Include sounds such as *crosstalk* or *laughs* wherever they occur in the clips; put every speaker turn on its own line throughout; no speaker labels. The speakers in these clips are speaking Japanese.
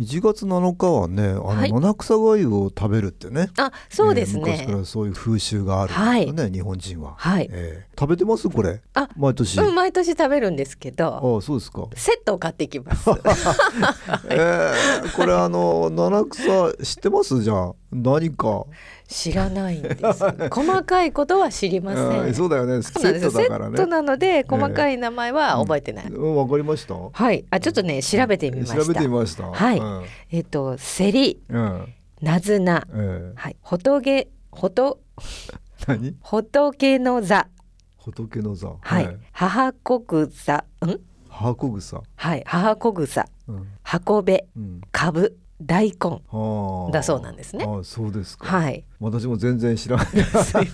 1月7日はねあの、
はい
七草粥を食べるってね
あ、そうです
えー昔
ね
か。らそういう風習があるんですよね、日本人は、
はい
えー食べてますこれ
あ、
毎年、
うん、毎年食べるんですけど、
ああそうですか、
セットを買ってきます。
えーこれあの七草知ってますじゃあ何か
知らない
*laughs*
んです。細かいことは知りませ
えー
ん。
そうだよね
そう
セ
なんで
ッ
すよ
ト
セ
だから
ッ
ね
トなので細かい名前は覚えてない。
うん、わかりました調
はい、あ、ちょっとね調べてみました。
調べてみました
はい
うん
えっとセリ、
うん
ナズナ、
えー
はい、仏、仏、
何
仏の座、
仏の座
はい、母国座、ん、
箱草
はい、母国座、
うん
運べ、
うん
株、大根。
はあ
だそうなんですね
ああそうですか、
はい、
私も全然知
*laughs*
らない *laughs*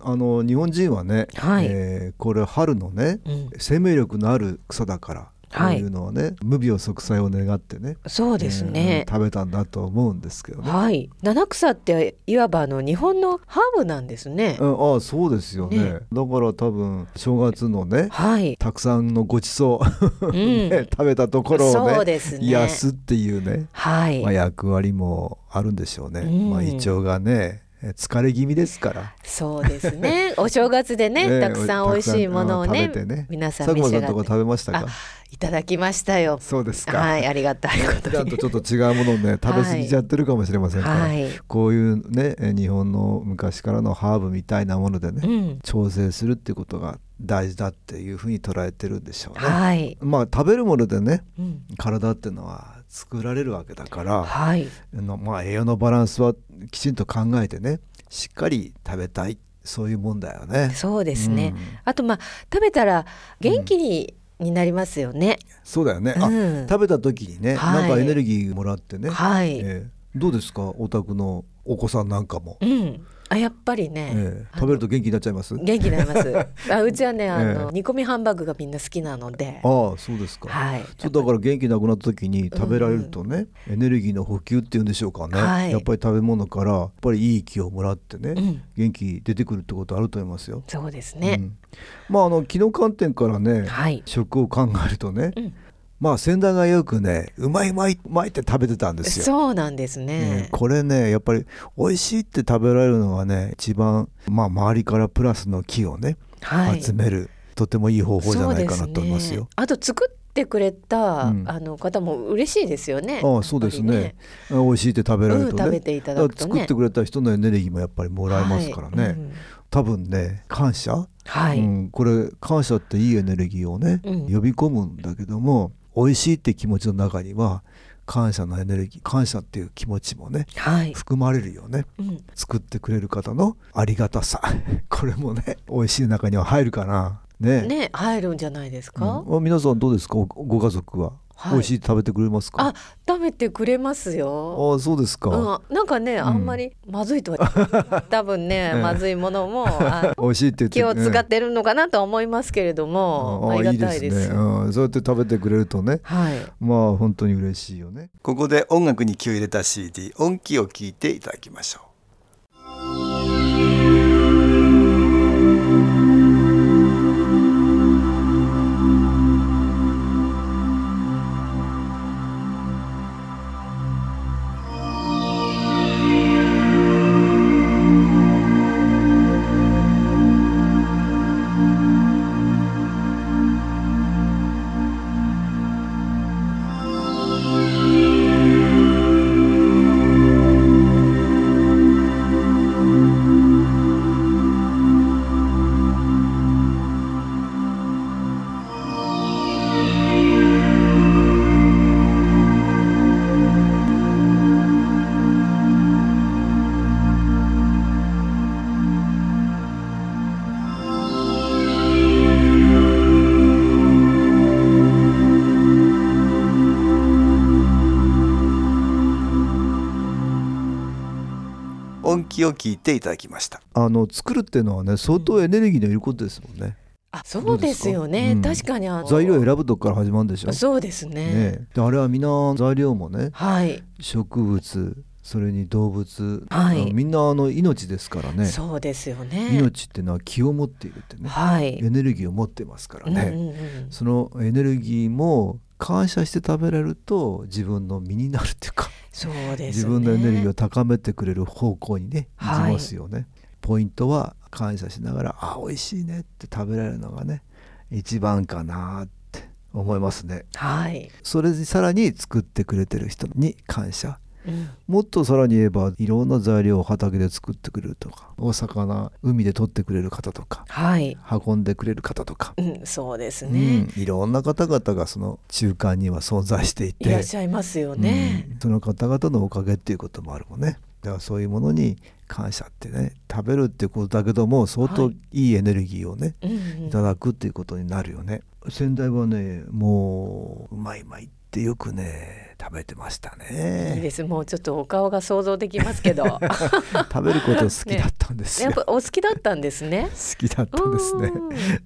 あの日本人はね、
はい
えーこれ春のね
うん、
生命力のある草だから、
はい
というのはね無病息災を願ってね
そうですね
えー。食べたんだと思うんですけどね、
はい、七草っていわばあの日本のハーブなんですね。
うんああそうですよね
ね
だから多分正月の *laughs* ね
はい、
たくさんのごちそう、
う
ね
ん、
*laughs* 食べたところ
そ
を
う
ね
ですね。
癒すっていうね、
はい、
まあ、役割もあるんでしょうね、
うん
まあ、胃腸がねえ疲れ気味ですから
そうです
*laughs*
ね。お正月でね、
ね
たくさん美味しいものを
た
ね
くさんうん食べてね
皆さん
佐
召
久間
し
さ
上
んの
が
とこ
って
食べましたか
あいただきましたよ。
そうですか、
はい、ありがたいこ
ちゃ
と
んと
に。
ちょっと違うものを
*laughs*
ね食べ過ぎちゃってるかもしれませんから、
はい、
こういうねえ日本の昔からのハーブみたいなもので
う
ね
ん、
調整するっていうことが大事だっていうふうに捉えてるんでしょうね。
はい、
まあ食べるものでね
うん、
体っていうのは作られるわけだから
はい、
あの、まあ、栄養のバランスはきちんと考えてねしっかり食べたいそういうもんだよね。
そうですね。
うん
あとまあ食べたら元気に、になりますよね。
そうだよね、あ
うん
食べた時にね、
はい
なんかエネルギーもらってね、
はい、
ええどうですかお宅のお子さんなんかも、
うん、あやっぱりね。
ええ
あの
食べると元気になっちゃいますあ
元気になり
*laughs*
ます。あうちはねあの、
ええ
煮込みハンバーグがみんな好きなので。
あそうですか、
はい。
そうだから元気なくなった時に食べられるとね、エネルギーの補給っていうんでしょうかね、
はい
やっぱり食べ物からやっぱりいい気をもらってね、
うん
元気出てくるってことあると思いますよ。
そうです
う
ね。
んまああの気の観点からね、
はい
食を考えるとね、
うん
まあ先代がよくねうまいうまいうまいって食べてたんですよ。
そうなんです
ね
ね。
これねやっぱり美味しいって食べられるのがね一番、まあ、周りからプラスの木をね、
はい。
集めるとてもいい方法じゃないかな
そうで
と思いますよ
ね。あと作ってくれた、
うん
あの方も嬉しいですよね。
ああそうですね美味しいって食べら
やっぱ
れるとね,、
りねうん、食べていただ
だ
く
から
と
作っ
ね
て。くれた人のエネルギーもやっぱりもらえますからね、
はい。うん
多分ね感謝、
はい
うん、これ感謝っていいエネルギーをね、
うん
呼び込むんだけども美味しいって気持ちの中には感謝のエネルギー感謝っていう気持ちもね
はい。
含まれるよね。
うん
作ってくれる方のありがたさ *laughs* これもね美味しい中には入るかなね
ね入るんじゃないです
うん
か。
あ皆さんどうですかごご家族は、
はい
美味しいって食べてくれますか
あ食べてくれますよ。
あそうですか、
うん、なんかね、
ん
あんまりまずいとは *laughs* 多分ね、
ええ
まずいものもあ
美味しいって言って
気を使っ
ね
てるのかなとは思いますけれども、
あ
あり
いいで
がたい
す
で
ね
す
うん、そうやって食べてくれるとね
はい、
まあ本当に嬉しいよねここで音楽に気を入れた CD 音気を聞いていただきましょう
「
音気を聞いていただきました
あの作るっていうのはね相当エネルギーのいることですもんね
あそうですよね
どうです
確かにあの
材料選ぶとこから始まるんでしょ
そうですね
ねであれはみんな材料もね
はい、
植物それに動物、
はい
あのみんなあの命ですからね
そうですよね
命っていうのは気を持っているってね
はい、
エネルギーを持ってますから
うんう
ね、
んうん、
そのエネルギーも感謝して食べれると自分の身になるっていうか、
そうですね
自分のエネルギーを高めてくれる方向にねいき
はい
ますよね、ポイントは感謝しながらあ美味しいねって食べられるのがね一番かなって思いますね
はい、
それにさらに作ってくれてる人に感謝
うん
もっとさらに言えばいろんな材料を畑で作ってくれるとかお魚海で取ってくれる方とか
はい、
運んでくれる方とか、
うん、そうですね、
うんいろんな方々がその中間には存在していて
いらっしゃいますよね、
うんその方々のおかげっていうこともあるもんねだからそういうものに感謝ってね食べるってことだけども相当
はい
いエネルギーをね、
うんうん
いただくっていうことになるよね先代はねもううまいうまいってよくね食べてました
いいで
ね
すもうちょっとお顔が想像できます
*laughs*
けどや
食べること好きだったんですよ、
っぱお好きだったんですね
好きだったんですね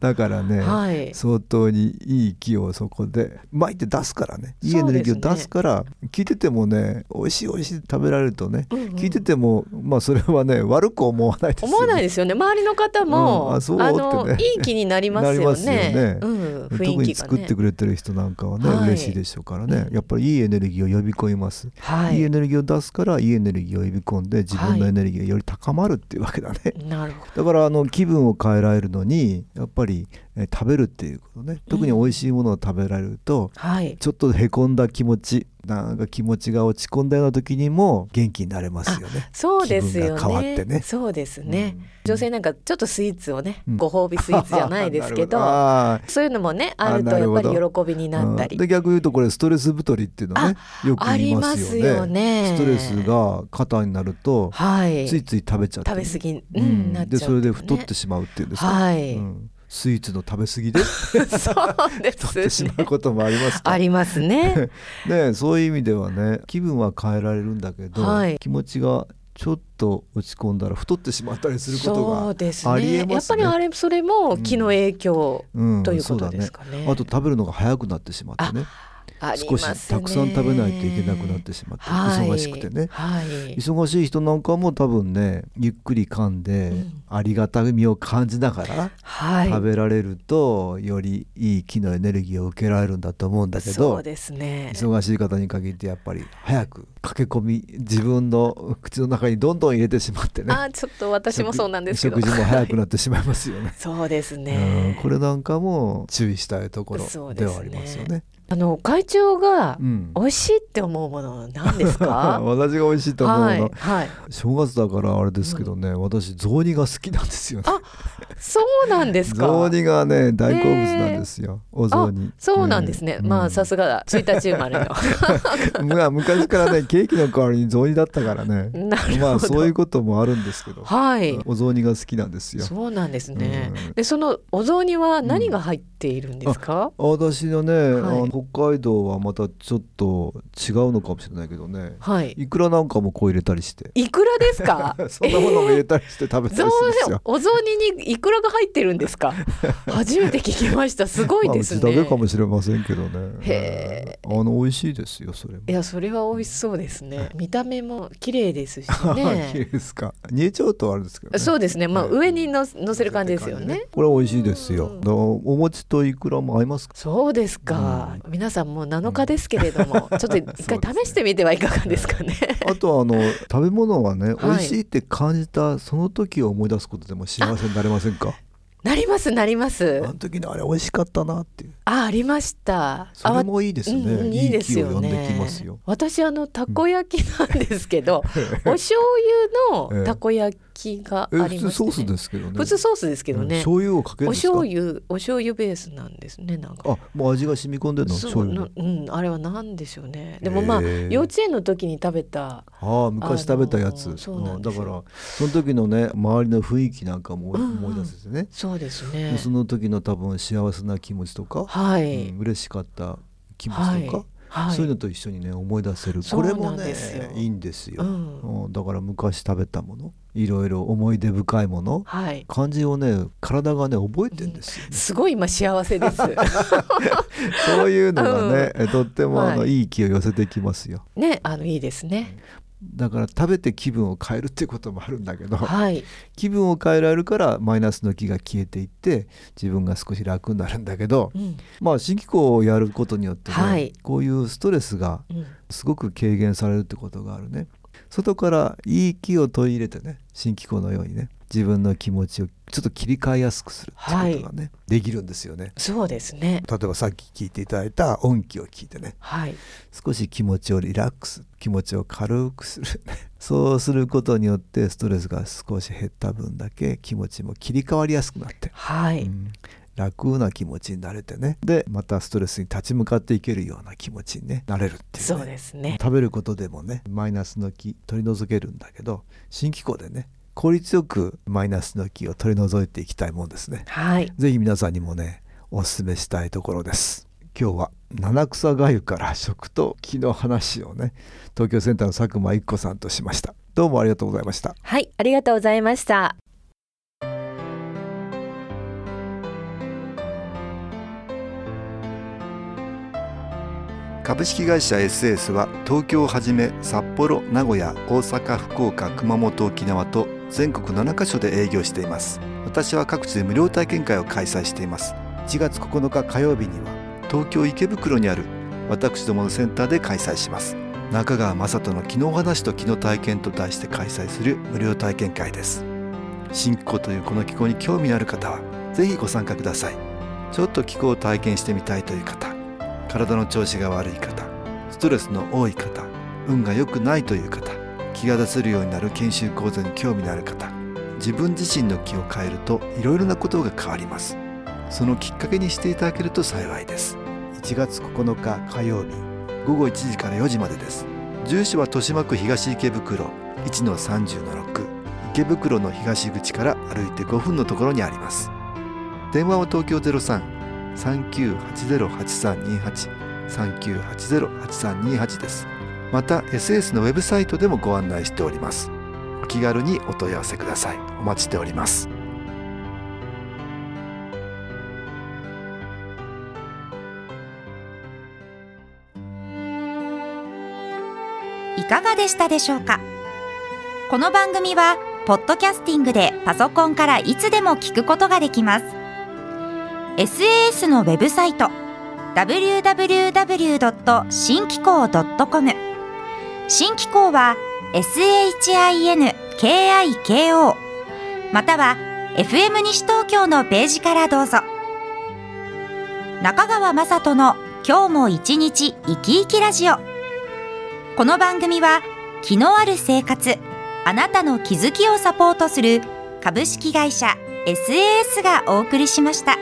だから
う
ね、
んはい
相当にいい気をそこで巻いて出すからねいいエネルギーを出すから聞いててもね美味しい美味しいって食べられるとね、
うんうん
聞いててもまあそれはね悪く思わないですよ、ね、
思わないですよね周りの方も、
うんあそうって
の
ね
いい気になりますよね
なりますよね
うん、
特
雰囲気
に
が
作っ
ね
てくれてる人なんかはね、
はい
嬉しいでしょうからねやっぱりいいエネルギーを呼び込みます、、
はい
いエ
い
ネルギーを出すからいいエネルギーを呼び込んで自分のエネルギーがより高まるっていうわけだね、
なるほど
だからあの気分を変えられるのにやっぱり、えー食べるっていうことね特に美味しいものを食べられると、
はい
ちょっとへこんだ気持ちなんか気持ちが落ち込んだような時にも元気になれますよね。
そうですよね
気分が変わってね
そうですね、
うん
女性なんかちょっとスイーツをね、
うん
ご褒美スイーツじゃないですけど
*laughs* なるほどあー
そういうのもねあると
あな
や
る
っぱ
ほ
り
ど
喜びになったり、
うんで逆に言うとこれストレス太りっていうのねよく
あ
言
り
い
ま
ますすよ
よ
ね。
ね
ストレスが肩になると
はい
ついつい食べちゃって、
食べ過ぎ、うん
うん
なっちゃう
でそれで太っ
ね
てしまうっていうんですか、
はい、
うんスイーツの食べ過ぎで
*laughs* そうで
太って
す
し
ね
まうこともありますから
ありますね
ねそういう意味ではね気分は変えられるんだけど、
はい
気持ちがちょっと落ち込んだら太ってしまったりすること
そうです
が
ね
ありえ
や
ま
っ
す
ぱ
ね。
りあれそれも気の影響
うん
ということですかね,、
そうだねあと食べるのが早くなってしまってね
あり
少
ま
し
すね
たくさん食べないといけなくなってしまって、
はい
忙しくてね、
はい
忙しい人なんかも多分ねゆっくり噛んで、
うん
ありがたみを感じながら
はい
食べられるとよりいい木のエネルギーを受けられるんだと思うんだけ
そ
ど
うですね
忙しい方に限ってやっぱり早く駆け込み自分の *laughs* 口の中にどんどん入れてしまってね
あちょっと私もそうなんですけど。
食事も早くなってしまいますよね
*laughs* そうです
うん
ね
これなんかも注意したいとこ
そ
ろ
うで
です
ね
はありますよね。
あの会長が
うん、
美味しいって思うものは何ですか
私が美味しいと *laughs* 思うの、
はい、はい、
正月だからあれですけどね、私雑煮が好きなんですよね。
そうなんですか
雑煮がね大好物なんですよ、お雑煮。
そうなんですね、まあさ
が
すが1日生まれの
*laughs* まあ昔から
*laughs*
ねケーキの代わりに雑煮だったからね
なるほど
まあそういうこともあるんですけど、
はい
お雑煮が好きなんですよ
そうなんですね、
うん
でそのお雑煮は何が入っているんですか、
私のね、
はい
あの北海道はまたちょっと違うのかもしれないけどね
はい
いくらなんかもこう入れたりして
*laughs* いくらですか
*laughs* そんなものも入れたりして食べ
*laughs*
たりするんです
雑
よ、
お雑煮にいくらが入ってるんで
*laughs*
すか初めて聞きましたすごい
まあ
で
う
す
ち
ね、
だけかもしれませんけどね
へ
あの美味しいですよそれも
いやそれは美味しそうですね見た目も綺麗です
*laughs*
し
綺麗
ね
ですか煮えちゃうとあれですけどね
そうですねまあ
うん
上にの乗せる感じですよね
これ美味しいですよ
うん
だからお餅といくらも合いますか
そうですか、皆さんもう7日ですけれども、ちょっと一回試してみてはいかがですかね
あとはあの食べ物はね、
はい
美味しいって感じたその時を思い出すことでも幸せになれませんか
なりますなります
あの時のあれ美味しかったなっていう
あありました
それ
あ
もいいですね、
うんうんいいですよ
いい気を呼んできま
ね
す
*laughs*
よ。
私あのたこ焼きなんですけど、お醤油のたこ焼きが
え
あ
普
り
通
ま
ソー
す
ス
ね。
ですけどね
普通ソースですけど
うん
ね。
醤油をかける
お
んですか
醤油お醤油ベースなんですねなんか。
あもう味が染み込んでるの
そ
醤
う
油
な
の
うんあれは何でしょうね。でもまあ
へー
幼稚園の時に食べた
ああ昔食べたやつ、
あのーそうなんで
だ
す
から
よ
その時のね周りの雰囲気なんかも
うんうん
思い出せてね、
そうですね
そ。の時の多分幸せな気持ちとか、
は
う
い、
ん嬉しかった気持ちとか、
はいはい
そういうのと一緒にね思い出せる
そ
こ
うな
れ
ん
もね
ですよ
いいんですよ、
うん
うんだから昔食べたものいろいろ思い出深いもの
はい
漢字をね体がね覚えてんですよ、ね
すごい今幸
*laughs*
せです
そういうのがね、えとってもあの、、
はい
い気を寄せてきますよ
ねあのいいですね
だから食べて気分を変えるっていうこともあるんだけど
はい
気分を変えられるからマイナスの気が消えていって自分が少し楽になるんだけど
うん
まあ新機構をやることによってね、
はい
こういうストレスが
うん
すごく軽減されるってことがあるね外からいい気を取り入れてね新機構のようにね自分の気持ちをちょっと切り替えやすくするってことがね、できるんですよね
そうですね
例えばさっき聞いていただいた音気を聞いてね
はい
少し気持ちをリラックス気持ちを軽くする *laughs* そうすることによってストレスが少し減った分だけ気持ちも切り替わりやすくなって、
はい、
うん楽な気持ちになれてねでまたストレスに立ち向かっていけるような気持ちに、ね、なれるっていう,、
そうですね
食べることでもねマイナスの気取り除けるんだけど新機構でね効率よくマイナスの気を取り除いていきたいもんですね。
はい
ぜひ皆さんにもねおすすめしたいところです今日は七草がゆから食と気の話をね東京センターの佐久間一子さんとしましたどうもありがとうございました
はいありがとうございました
株式会社 SS は東京をはじめ札幌名古屋大阪福岡熊本沖縄と全国7カ所で営業しています私は各地で無料体験会を開催しています1月9日火曜日には東京池袋にある私どものセンターで開催します中川雅人の「昨日話と昨日体験」と題して開催する無料体験会です新気候というこの気候に興味のある方はぜひご参加くださいちょっと気候を体験してみたいという方体の調子が悪い方ストレスの多い方運が良くないという方気が出せるようになる研修講座に興味のある方自分自身の気を変えるといろいろなことが変わりますそのきっかけにしていただけると幸いです1月9日火曜日午後1時から4時までです住所は豊島区東池袋1-30-6池袋の東口から歩いて5分のところにあります電話は東京03 39808328ですまた SS のウェブサイトでもご案内しておりますお気軽にお問い合わせくださいお待ちしております
いかがでしたでしょうかこの番組はポッドキャスティングでパソコンからいつでも聞くことができます SAS のウェブサイト www. 機構 .com 新機構は SHINKIKO または FM 西東京のページからどうぞ中川雅人の今日も一日生き生きラジオこの番組は気のある生活あなたの気づきをサポートする株式会社 SAS がお送りしました。